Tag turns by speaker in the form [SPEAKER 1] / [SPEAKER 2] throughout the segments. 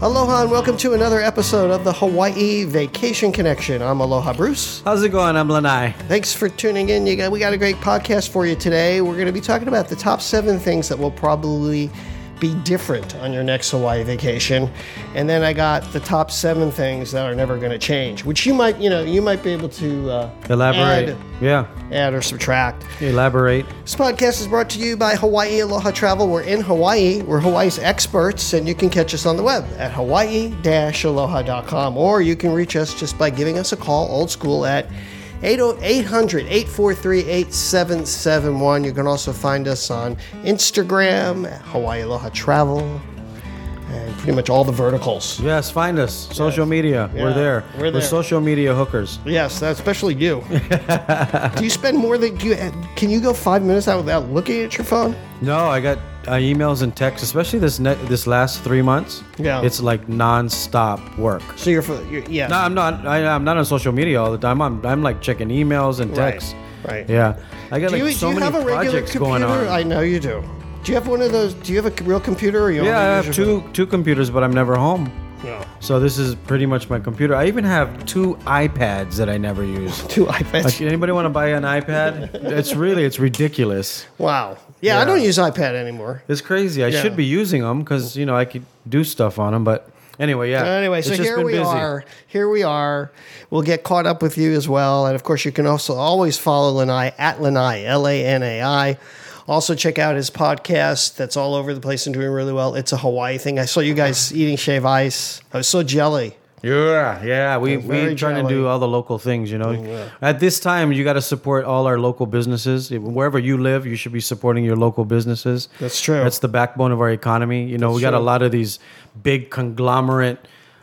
[SPEAKER 1] Aloha and welcome to another episode of the Hawaii Vacation Connection. I'm Aloha Bruce.
[SPEAKER 2] How's it going? I'm Lanai.
[SPEAKER 1] Thanks for tuning in. You got, we got a great podcast for you today. We're going to be talking about the top seven things that will probably be different on your next Hawaii vacation, and then I got the top seven things that are never going to change, which you might, you know, you might be able to uh,
[SPEAKER 2] Elaborate.
[SPEAKER 1] add-
[SPEAKER 2] Yeah.
[SPEAKER 1] add or subtract.
[SPEAKER 2] Elaborate.
[SPEAKER 1] This podcast is brought to you by Hawaii Aloha Travel. We're in Hawaii. We're Hawaii's experts, and you can catch us on the web at hawaii-aloha.com, or you can reach us just by giving us a call, old school, at oh, 800-843-8771. You can also find us on Instagram, at Hawaii Aloha Travel, and pretty much all the verticals.
[SPEAKER 2] Yes, find us. Social media.
[SPEAKER 1] Yeah,
[SPEAKER 2] We're there.
[SPEAKER 1] we're there.
[SPEAKER 2] social media hookers.
[SPEAKER 1] Yes, that's especially you. do you spend more than you? Can you go five minutes out without looking at your phone?
[SPEAKER 2] No, I got uh, emails and texts, especially this ne- this last three months.
[SPEAKER 1] Yeah.
[SPEAKER 2] It's like nonstop work.
[SPEAKER 1] So you're, for, you're yeah.
[SPEAKER 2] No, I'm not. I, I'm not on social media all the time. I'm, I'm like checking emails and
[SPEAKER 1] Right,
[SPEAKER 2] texts.
[SPEAKER 1] right.
[SPEAKER 2] Yeah. I got
[SPEAKER 1] Do
[SPEAKER 2] like
[SPEAKER 1] you,
[SPEAKER 2] so
[SPEAKER 1] do you
[SPEAKER 2] many
[SPEAKER 1] have a regular
[SPEAKER 2] projects
[SPEAKER 1] computer?
[SPEAKER 2] going on.
[SPEAKER 1] I know you do. Do you have one of those? Do you have a real computer? Or you
[SPEAKER 2] yeah,
[SPEAKER 1] only
[SPEAKER 2] I
[SPEAKER 1] use
[SPEAKER 2] have
[SPEAKER 1] your
[SPEAKER 2] two two computers, but I'm never home.
[SPEAKER 1] phone? No.
[SPEAKER 2] So this is pretty much my computer. I even have two iPads that I never use.
[SPEAKER 1] Two iPads.
[SPEAKER 2] Like, anybody want to buy an iPad? It's really, it's ridiculous.
[SPEAKER 1] Wow. Yeah, I
[SPEAKER 2] Yeah.
[SPEAKER 1] don't use iPad anymore.
[SPEAKER 2] It's crazy. I
[SPEAKER 1] Yeah.
[SPEAKER 2] should be using them because you know I could do stuff on them. But anyway, yeah.
[SPEAKER 1] Anyway,
[SPEAKER 2] It's
[SPEAKER 1] so
[SPEAKER 2] just
[SPEAKER 1] here
[SPEAKER 2] been
[SPEAKER 1] we
[SPEAKER 2] busy.
[SPEAKER 1] are. Here we are. We'll get caught up with you as well. And of course, you can also always follow Lanai at Lanai, L A N A I. Also, check out his podcast that's all over the place and doing really well. It's a Hawaii thing. I saw you guys eating shave ice. I was so jelly.
[SPEAKER 2] Yeah, yeah. We
[SPEAKER 1] very Oh,
[SPEAKER 2] we trying to
[SPEAKER 1] jelly.
[SPEAKER 2] do all the local things. You know, at this time you got to support all our local businesses. Wherever you live, you should be supporting your local businesses.
[SPEAKER 1] That's true.
[SPEAKER 2] That's the backbone of our economy. You know, we got
[SPEAKER 1] true.
[SPEAKER 2] a lot of these big conglomerate.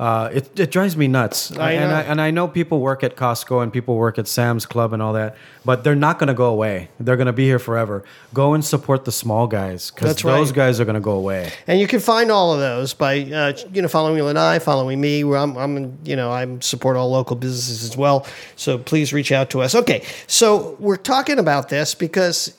[SPEAKER 2] Uh, it, it drives me
[SPEAKER 1] I
[SPEAKER 2] nuts. and,
[SPEAKER 1] know.
[SPEAKER 2] I, and I know people work at Costco and people work at Sam's Club and all that, but they're not going to go away. They're going to be here forever. Go and support the small guys because
[SPEAKER 1] That's right.
[SPEAKER 2] those guys are going to go away.
[SPEAKER 1] And you can find all of those by uh, you know following Lanai, following me. Where I'm, I'm you know I support all local businesses as well. So please reach out to us. Okay, so we're talking about this because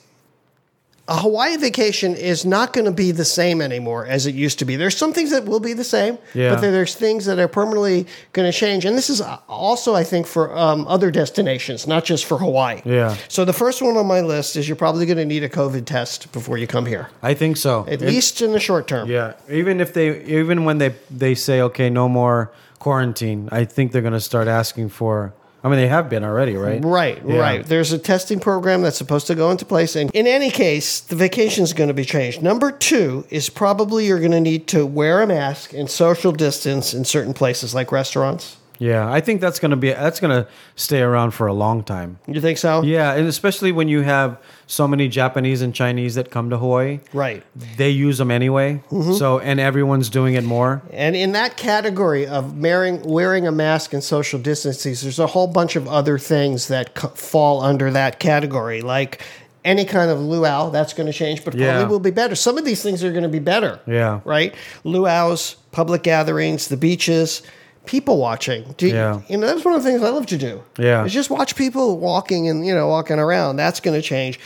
[SPEAKER 1] a Hawaii vacation is not going to be the same anymore as it used to be. There's some things that will be the same,
[SPEAKER 2] Yeah.
[SPEAKER 1] but there- there's things that are permanently going to change. And this is also, I think, for um, other destinations, not just for Hawaii.
[SPEAKER 2] Yeah.
[SPEAKER 1] So the first one on my list is you're probably going to need a COVID test before you come here,
[SPEAKER 2] I think so.
[SPEAKER 1] at least in the short term.
[SPEAKER 2] Yeah, even if they, even when they they say okay, no more quarantine, I think they're gonna start asking for. I mean, they have been already, right?
[SPEAKER 1] Right,
[SPEAKER 2] Yeah.
[SPEAKER 1] right. There's a testing program that's supposed to go into place. And in any case, the vacation's going to be changed. Number two is probably you're going to need to wear a mask and social distance in certain places like restaurants.
[SPEAKER 2] Yeah, I think that's gonna be that's gonna stay around for a long time.
[SPEAKER 1] You think so?
[SPEAKER 2] Yeah, and especially when you have so many Japanese and Chinese that come to Hawaii,
[SPEAKER 1] Right.
[SPEAKER 2] they use them anyway. So and everyone's doing it more.
[SPEAKER 1] And in that category of wearing, wearing a mask and social distances, there's a whole bunch of other things that c- fall under that category, like any kind of luau, that's going to change, but
[SPEAKER 2] Yeah.
[SPEAKER 1] probably will be better. Some of these things are going to be better.
[SPEAKER 2] Yeah.
[SPEAKER 1] Right? Luau's, public gatherings, the beaches, people watching. Do you,
[SPEAKER 2] Yeah.
[SPEAKER 1] you know, that's one of the things I love to do.
[SPEAKER 2] Yeah.
[SPEAKER 1] Is just watch people walking and, you know, walking around. That's going to change.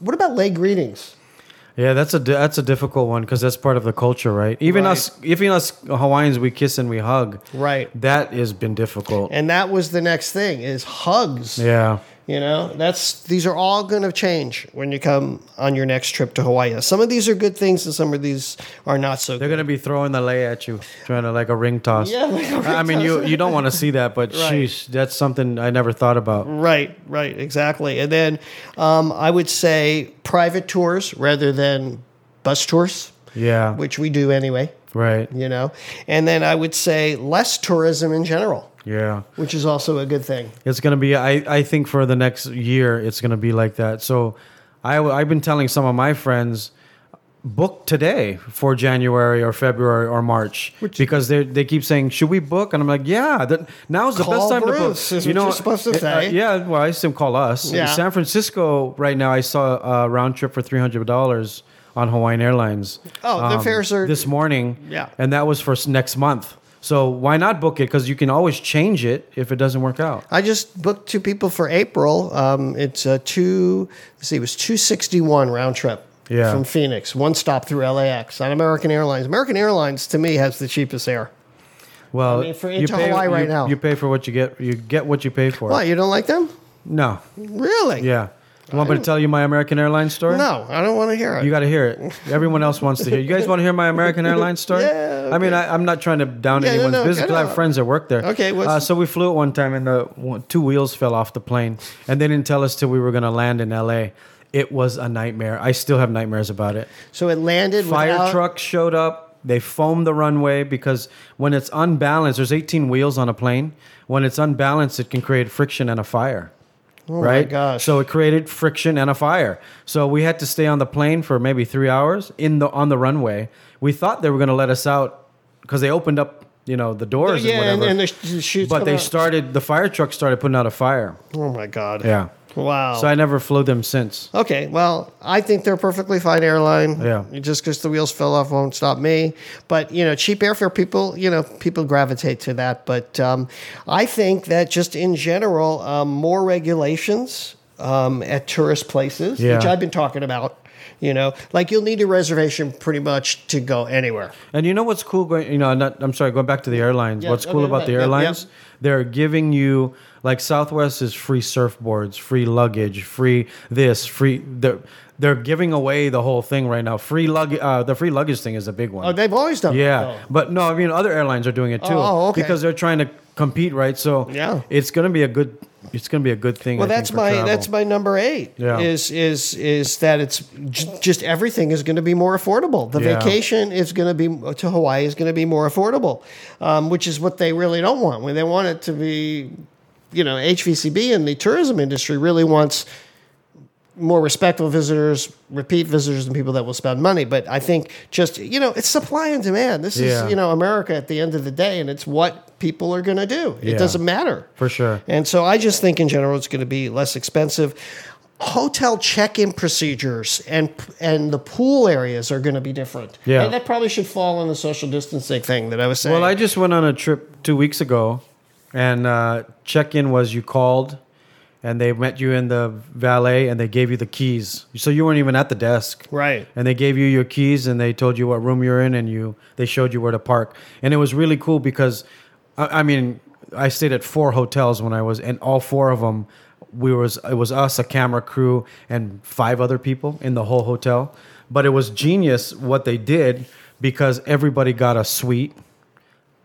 [SPEAKER 1] What about lay greetings?
[SPEAKER 2] Yeah, that's a di- that's a difficult one because that's part of the culture, right? Even
[SPEAKER 1] Right.
[SPEAKER 2] us, even us Hawaiians, we kiss and we hug.
[SPEAKER 1] Right.
[SPEAKER 2] That has been difficult.
[SPEAKER 1] And that was the next thing is hugs.
[SPEAKER 2] yeah.
[SPEAKER 1] You know, that's these are all going to change when you come on your next trip to Hawaii. Some of these are good things, and some of these are not so.
[SPEAKER 2] They're
[SPEAKER 1] good.
[SPEAKER 2] gonna be throwing the lay at you, trying to like a ring toss.
[SPEAKER 1] Yeah, like a ring
[SPEAKER 2] I mean, you
[SPEAKER 1] toss.
[SPEAKER 2] you don't want to see that, but sheesh, that's something I never thought about.
[SPEAKER 1] Right, right, exactly. And then um, I would say private tours rather than bus tours,
[SPEAKER 2] Yeah,
[SPEAKER 1] which we do anyway.
[SPEAKER 2] right.
[SPEAKER 1] You know, and then I would say less tourism in general,
[SPEAKER 2] Yeah,
[SPEAKER 1] which is also a good thing.
[SPEAKER 2] it's gonna be. I I think for the next year, it's gonna be like that. So, I w- I've been telling some of my friends. Book today for January or February or March because they they keep saying should we book and I'm like yeah that, now's the
[SPEAKER 1] Call
[SPEAKER 2] best time
[SPEAKER 1] Bruce
[SPEAKER 2] to book
[SPEAKER 1] is what you're supposed to
[SPEAKER 2] uh,
[SPEAKER 1] say.
[SPEAKER 2] yeah well I assume call us
[SPEAKER 1] Yeah.
[SPEAKER 2] San Francisco right now I saw a round trip for three hundred dollars on Hawaiian Airlines
[SPEAKER 1] Oh, the
[SPEAKER 2] um,
[SPEAKER 1] fares are-
[SPEAKER 2] this morning.
[SPEAKER 1] Yeah.
[SPEAKER 2] And that was for s- next month. So why not book it? Because you can always change it if it doesn't work out.
[SPEAKER 1] I just booked two people for April. Um, it's a two. Let's see, it was two sixty one round trip.
[SPEAKER 2] Yeah.
[SPEAKER 1] From Phoenix, one stop through LAX on American Airlines. American Airlines to me has the cheapest air.
[SPEAKER 2] Well,
[SPEAKER 1] I mean, for
[SPEAKER 2] you
[SPEAKER 1] into
[SPEAKER 2] pay,
[SPEAKER 1] Hawaii right
[SPEAKER 2] you-
[SPEAKER 1] now.
[SPEAKER 2] you pay for what you get. You get what you pay for.
[SPEAKER 1] Why you don't like them?
[SPEAKER 2] No,
[SPEAKER 1] Really?
[SPEAKER 2] yeah. You want me to tell you my American Airlines story?
[SPEAKER 1] No, I don't want to hear it.
[SPEAKER 2] You got to hear it. Everyone else wants to hear. You guys want to hear my American Airlines story?
[SPEAKER 1] Yeah,
[SPEAKER 2] I mean, I, I'm not trying to down
[SPEAKER 1] Yeah, no,
[SPEAKER 2] anyone's
[SPEAKER 1] no,
[SPEAKER 2] business.
[SPEAKER 1] no,
[SPEAKER 2] 'cause I
[SPEAKER 1] no.
[SPEAKER 2] have friends that work there.
[SPEAKER 1] Okay, what's-
[SPEAKER 2] Uh, so we flew it one time, and the one- two wheels fell off the plane, and they didn't tell us till we were going to land in L.A. It was a nightmare. I still have nightmares about it.
[SPEAKER 1] so it landed
[SPEAKER 2] Fire
[SPEAKER 1] without-
[SPEAKER 2] truck showed up. They foamed the runway because when it's unbalanced, there's 18 wheels on a plane. When it's unbalanced, it can create friction and a fire.
[SPEAKER 1] Oh
[SPEAKER 2] right?
[SPEAKER 1] my gosh.
[SPEAKER 2] So it created friction and a fire. So we had to stay on the plane for maybe three hours in the on the runway. We thought they were going to let us out because they opened up, you know, the doors and
[SPEAKER 1] yeah, and,
[SPEAKER 2] whatever.
[SPEAKER 1] and the, sh- the shoots.
[SPEAKER 2] but
[SPEAKER 1] come
[SPEAKER 2] they
[SPEAKER 1] out.
[SPEAKER 2] started the fire truck started putting out a fire.
[SPEAKER 1] Oh my god.
[SPEAKER 2] Yeah.
[SPEAKER 1] Wow.
[SPEAKER 2] So I never flew them since.
[SPEAKER 1] Okay, well, I think they're a perfectly fine airline.
[SPEAKER 2] Yeah.
[SPEAKER 1] Just because the wheels fell off won't stop me. But, you know, cheap airfare people, you know, people gravitate to that. But um, I think that just in general, um, more regulations um, at tourist places,
[SPEAKER 2] Yeah.
[SPEAKER 1] which I've been talking about, you know, like you'll need a reservation pretty much to go anywhere.
[SPEAKER 2] And you know what's cool? Going, you know, not, I'm sorry, going back to the airlines.
[SPEAKER 1] Yeah,
[SPEAKER 2] what's cool
[SPEAKER 1] okay,
[SPEAKER 2] about
[SPEAKER 1] right,
[SPEAKER 2] the
[SPEAKER 1] yep,
[SPEAKER 2] airlines?
[SPEAKER 1] yep.
[SPEAKER 2] They're giving you like Southwest is free surfboards, free luggage, free this, free. They're they're giving away the whole thing right now. Free luggage. Uh, the free luggage thing is a big one.
[SPEAKER 1] Oh, they've always done
[SPEAKER 2] yeah, but no, I mean other airlines are doing it too
[SPEAKER 1] Oh, okay.
[SPEAKER 2] because they're trying to compete, right? So
[SPEAKER 1] Yeah.
[SPEAKER 2] it's gonna be a good. It's gonna be a good thing.
[SPEAKER 1] Well,
[SPEAKER 2] I think,
[SPEAKER 1] that's
[SPEAKER 2] for
[SPEAKER 1] my
[SPEAKER 2] travel.
[SPEAKER 1] that's my number eight.
[SPEAKER 2] Yeah.
[SPEAKER 1] Is is is that it's j- just everything is going to be more affordable. The
[SPEAKER 2] Yeah.
[SPEAKER 1] vacation is going to be to Hawaii is going to be more affordable, um, which is what they really don't want. When they want it to be, you know, HVCB and the tourism industry really wants more respectful visitors, repeat visitors, and people that will spend money. But I think just you know, it's supply and demand. This
[SPEAKER 2] Yeah.
[SPEAKER 1] is you know America at the end of the day, and it's what people are going to do. It
[SPEAKER 2] Yeah.
[SPEAKER 1] doesn't matter
[SPEAKER 2] for sure.
[SPEAKER 1] and so I just think in general it's going to be less expensive. Hotel check-in procedures and and the pool areas are going to be different.
[SPEAKER 2] Yeah.
[SPEAKER 1] and that probably should fall on the social distancing thing that I was saying.
[SPEAKER 2] Well, I just went on a trip two weeks ago, and uh, check in was you called, and they met you in the valet, and they gave you the keys. So you weren't even at the desk,
[SPEAKER 1] right.
[SPEAKER 2] and they gave you your keys, and they told you what room you're in, and you they showed you where to park, and it was really cool because, I, I mean, I stayed at four hotels when I was, and all four of them. We was it was us, a camera crew, and five other people in the whole hotel. But it was genius what they did because everybody got a suite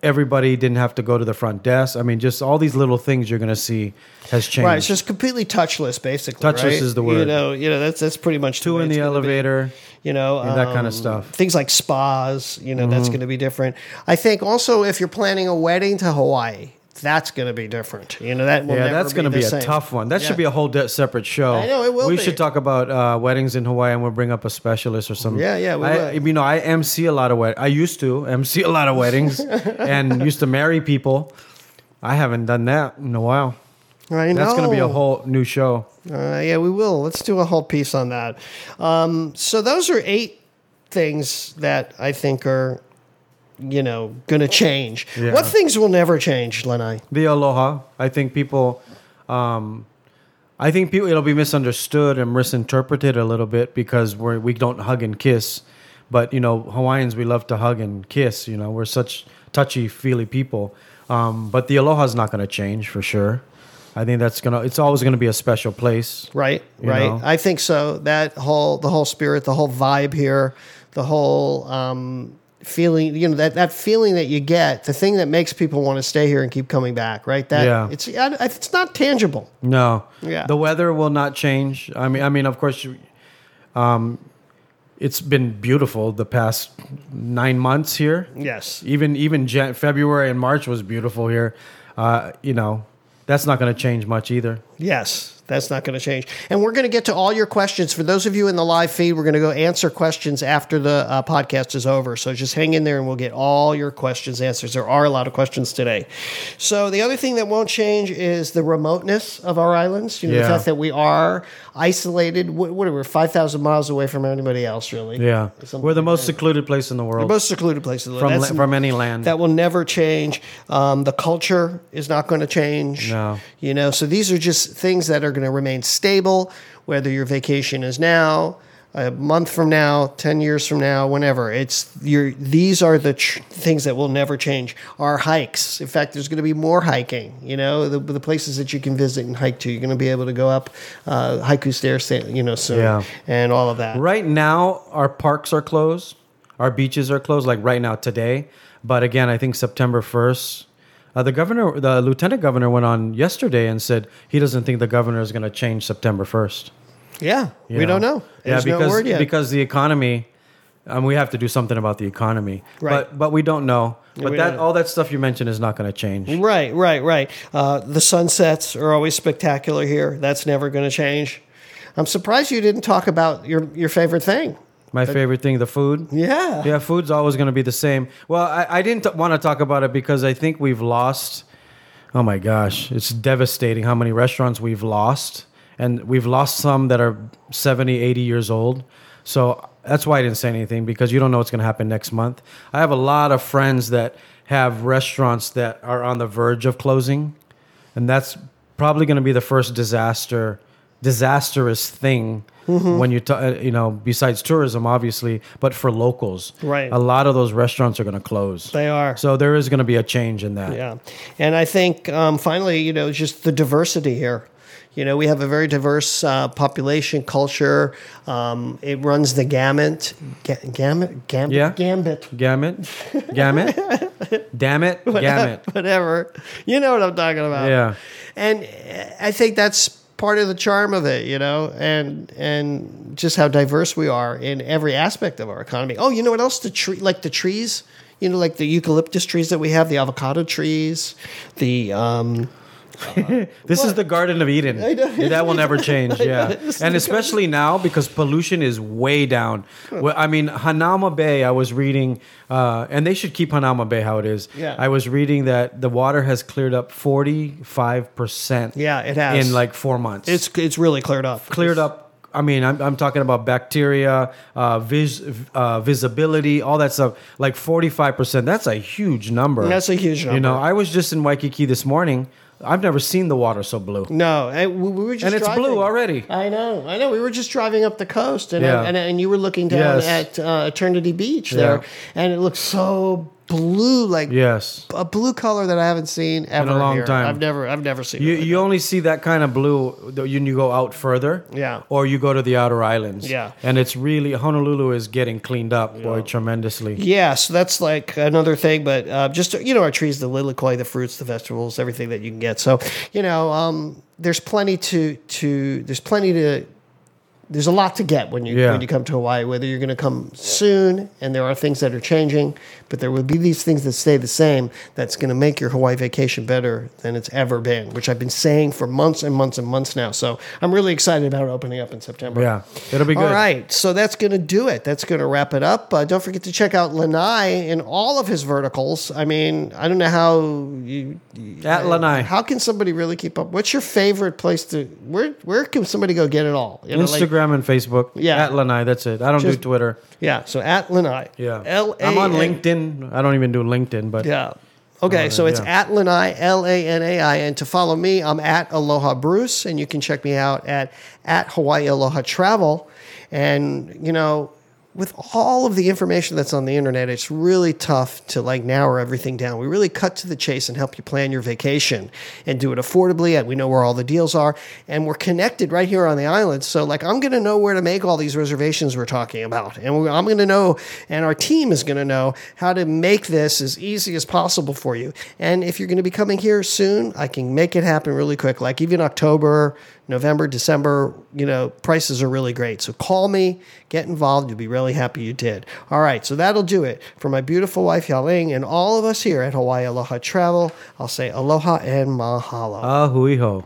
[SPEAKER 2] everybody didn't have to go to the front desk. I mean, just all these little things you're going to see has changed.
[SPEAKER 1] Right, it's just completely touchless, basically.
[SPEAKER 2] Touchless
[SPEAKER 1] right?
[SPEAKER 2] is the
[SPEAKER 1] You
[SPEAKER 2] word.
[SPEAKER 1] know, you know that's that's pretty much
[SPEAKER 2] Two
[SPEAKER 1] way
[SPEAKER 2] in
[SPEAKER 1] it's
[SPEAKER 2] the
[SPEAKER 1] gonna be.
[SPEAKER 2] elevator.
[SPEAKER 1] you know,
[SPEAKER 2] and that kind
[SPEAKER 1] um,
[SPEAKER 2] of stuff. Mm-hmm.
[SPEAKER 1] Things like spas, you know, that's going to be different. I think also if you're planning a wedding to Hawaii, that's going to be different. You know, that will
[SPEAKER 2] Yeah,
[SPEAKER 1] never
[SPEAKER 2] that's going to
[SPEAKER 1] the
[SPEAKER 2] be, a
[SPEAKER 1] same.
[SPEAKER 2] tough one. That
[SPEAKER 1] Yeah.
[SPEAKER 2] should be a whole de- separate show.
[SPEAKER 1] I know, it will
[SPEAKER 2] We
[SPEAKER 1] be.
[SPEAKER 2] should talk about uh, weddings in Hawaii, and we'll bring up a specialist or something.
[SPEAKER 1] Yeah, yeah, we
[SPEAKER 2] I,
[SPEAKER 1] will.
[SPEAKER 2] you know, I MC a lot of weddings. I used to MC a lot of weddings, and used to marry people. I haven't done that in a while.
[SPEAKER 1] I
[SPEAKER 2] That's going to be
[SPEAKER 1] know.
[SPEAKER 2] a whole new show.
[SPEAKER 1] Uh, yeah, we will. Let's do a whole piece on that. Um, so those are eight things that I think are, you know, going to change.
[SPEAKER 2] Yeah.
[SPEAKER 1] What things will never change, Lenai?
[SPEAKER 2] the aloha. I think people, um, I think people it'll be misunderstood and misinterpreted a little bit because we we don't hug and kiss, but you know Hawaiians we love to hug and kiss. You know we're such touchy feely people, um, but the aloha's not going to change for sure. I think that's gonna. It's always going to be a special place.
[SPEAKER 1] Right,
[SPEAKER 2] You
[SPEAKER 1] right.
[SPEAKER 2] know.
[SPEAKER 1] I think so. That whole, the whole spirit, the whole vibe here, the whole um, feeling. You know that that feeling that you get, the thing that makes people want to stay here and keep coming back. Right. That
[SPEAKER 2] Yeah.
[SPEAKER 1] it's I, I- it's not tangible.
[SPEAKER 2] No.
[SPEAKER 1] Yeah.
[SPEAKER 2] The weather will not change. I mean, I mean, of course, you- um, it's been beautiful the past nine months here.
[SPEAKER 1] Yes.
[SPEAKER 2] even even Jan- February and March was beautiful here. Uh, you know, that's not going to change much either.
[SPEAKER 1] Yes, that's not going to change. And we're going to get to all your questions. For those of you in the live feed, we're going to go answer questions after the uh, podcast is over. So just hang in there and we'll get all your questions answered. There are a lot of questions today. So the other thing that won't change is the remoteness of our islands. You know,
[SPEAKER 2] Yeah.
[SPEAKER 1] the fact that we are isolated, what, what are we, 5,000 miles away from anybody else, really.
[SPEAKER 2] Yeah,
[SPEAKER 1] Something
[SPEAKER 2] we're the
[SPEAKER 1] like
[SPEAKER 2] most secluded place in the world
[SPEAKER 1] Most secluded place in the
[SPEAKER 2] from
[SPEAKER 1] world.
[SPEAKER 2] la-
[SPEAKER 1] That's-
[SPEAKER 2] from any land.
[SPEAKER 1] that will never change. Um, the culture is not going to change.
[SPEAKER 2] No.
[SPEAKER 1] You know, so these are just things that are going to remain stable, whether your vacation is now, a month from now, 10 years from now, whenever. It's your these are the tr- things that will never change. Our hikes. In fact, there's going to be more hiking, you know, the, the places that you can visit and hike to. You're going to be able to go up uh, haiku stairs, sta- you know, soon
[SPEAKER 2] Yeah.
[SPEAKER 1] and all of that.
[SPEAKER 2] Right now, our parks are closed, our beaches are closed, like right now today. But again, I think September first, uh, the governor, the lieutenant governor, went on yesterday and said he doesn't think the governor is going to change September first.
[SPEAKER 1] Yeah. We don't know. There's
[SPEAKER 2] yeah, because
[SPEAKER 1] no word yet.
[SPEAKER 2] because the economy. Um, we have to do something about the economy,
[SPEAKER 1] Right.
[SPEAKER 2] but but we don't know. But
[SPEAKER 1] we
[SPEAKER 2] that
[SPEAKER 1] don't know.
[SPEAKER 2] all that stuff you mentioned is not going to change.
[SPEAKER 1] Right, right, right. Uh, the sunsets are always spectacular here. That's never going to change. I'm surprised you didn't talk about your, your favorite thing.
[SPEAKER 2] My favorite thing, the food.
[SPEAKER 1] Yeah.
[SPEAKER 2] Yeah, food's always going to be the same. Well, I, I didn't want to talk about it because I think we've lost. Oh my gosh, it's devastating how many restaurants we've lost. And we've lost some that are 70, 80 years old. So that's why I didn't say anything because you don't know what's going to happen next month. I have a lot of friends that have restaurants that are on the verge of closing. And that's probably going to be the first disaster, disastrous thing
[SPEAKER 1] Mm-hmm.
[SPEAKER 2] when you, t- uh, you know, besides tourism, obviously, but for locals.
[SPEAKER 1] Right.
[SPEAKER 2] A lot of those restaurants are going to close.
[SPEAKER 1] They are.
[SPEAKER 2] So there is going to be a change in that.
[SPEAKER 1] Yeah. And I think um, finally, you know, just the diversity here. You know, we have a very diverse uh, population, culture. Um, it runs the gamut. Ga- gamut? Gam-
[SPEAKER 2] Yeah.
[SPEAKER 1] Gambit.
[SPEAKER 2] Gamut, gamut, damn it, gamut.
[SPEAKER 1] Whatever. You know what I'm talking about.
[SPEAKER 2] Yeah.
[SPEAKER 1] And eh, I think that's part of the charm of it, you know, and and just how diverse we are in every aspect of our economy. Oh, you know what else? The tree, like the trees, you know, like the eucalyptus trees that we have, the avocado trees, the um,
[SPEAKER 2] This is the Garden of Eden. That will never change. Yeah, and especially now because pollution is way down. Well, I mean, Hanama Bay. I was reading, uh, and they should keep Hanama Bay how it is.
[SPEAKER 1] Yeah.
[SPEAKER 2] I was reading that the water has cleared up forty five percent.
[SPEAKER 1] Yeah, it has.
[SPEAKER 2] in like four months.
[SPEAKER 1] It's it's really cleared up.
[SPEAKER 2] cleared up. I mean, I'm, I'm talking about bacteria, uh, vis, uh, visibility, all that stuff. Like 45%. That's a huge number.
[SPEAKER 1] That's a huge
[SPEAKER 2] You know,
[SPEAKER 1] number.
[SPEAKER 2] I was just in Waikiki this morning. I've never seen the water so blue.
[SPEAKER 1] No, and we, we were just
[SPEAKER 2] And it's
[SPEAKER 1] driving.
[SPEAKER 2] blue already.
[SPEAKER 1] I know, I know. We were just driving up the coast, and
[SPEAKER 2] Yeah.
[SPEAKER 1] and, and you were looking down
[SPEAKER 2] Yes.
[SPEAKER 1] at uh, Eternity Beach there,
[SPEAKER 2] Yeah.
[SPEAKER 1] and it looks so blue, like
[SPEAKER 2] Yes.
[SPEAKER 1] a blue color that I haven't seen ever
[SPEAKER 2] long
[SPEAKER 1] here.
[SPEAKER 2] time.
[SPEAKER 1] I've never, I've never seen.
[SPEAKER 2] You,
[SPEAKER 1] it.
[SPEAKER 2] you only see that kind of blue th- when you go out further.
[SPEAKER 1] Yeah.
[SPEAKER 2] Or you go to the outer islands.
[SPEAKER 1] Yeah.
[SPEAKER 2] And it's really, Honolulu is getting cleaned up, boy, tremendously.
[SPEAKER 1] Yeah, so that's like another thing, but uh, just you know, our trees, the lilikoi, the fruits, the vegetables, everything that you can get. So you know, um, there's plenty to to there's plenty to there's a lot to get when you
[SPEAKER 2] Yeah.
[SPEAKER 1] when you come to Hawaii. Whether you're going to come soon, and there are things that are changing, but there will be these things that stay the same. That's going to make your Hawaii vacation better than it's ever been, which I've been saying for months and months and months now. So I'm really excited about opening up in September.
[SPEAKER 2] Yeah. It'll be good.
[SPEAKER 1] All right, so that's going to do it. That's going to wrap it up. Uh, don't forget to check out Lanai in all of his verticals. I mean, I don't know how you,
[SPEAKER 2] At Lanai.
[SPEAKER 1] how can somebody really keep up? What's your favorite place to where where can somebody go get it all? You know, like-
[SPEAKER 2] Instagram and Facebook.
[SPEAKER 1] Yeah.
[SPEAKER 2] At Lanai. That's it. I don't
[SPEAKER 1] Just-
[SPEAKER 2] do Twitter.
[SPEAKER 1] yeah, so at Lanai.
[SPEAKER 2] Yeah.
[SPEAKER 1] L A
[SPEAKER 2] I'm on
[SPEAKER 1] N-
[SPEAKER 2] LinkedIn. I don't even do LinkedIn, but
[SPEAKER 1] Yeah. Okay, so it's
[SPEAKER 2] yeah.
[SPEAKER 1] at Lanai, L A N A I. And to follow me, I'm at Aloha Bruce, and you can check me out at, at Hawaii Aloha Travel. And, you know, with all of the information that's on the internet, it's really tough to like narrow everything down. We really cut to the chase and help you plan your vacation and do it affordably. And we know where all the deals are, and we're connected right here on the island. So, like, I'm going to know where to make all these reservations we're talking about, and we- I'm going to know, and our team is going to know how to make this as easy as possible for you. And if you're going to be coming here soon, I can make it happen really quick. Like even October, November, December, you know, prices are really great. So call me, get involved. You'll be really happy you did. All right, so that'll do it for my beautiful wife Yaling and all of us here at Hawaii Aloha Travel. I'll say aloha and mahalo.
[SPEAKER 2] ahuiho.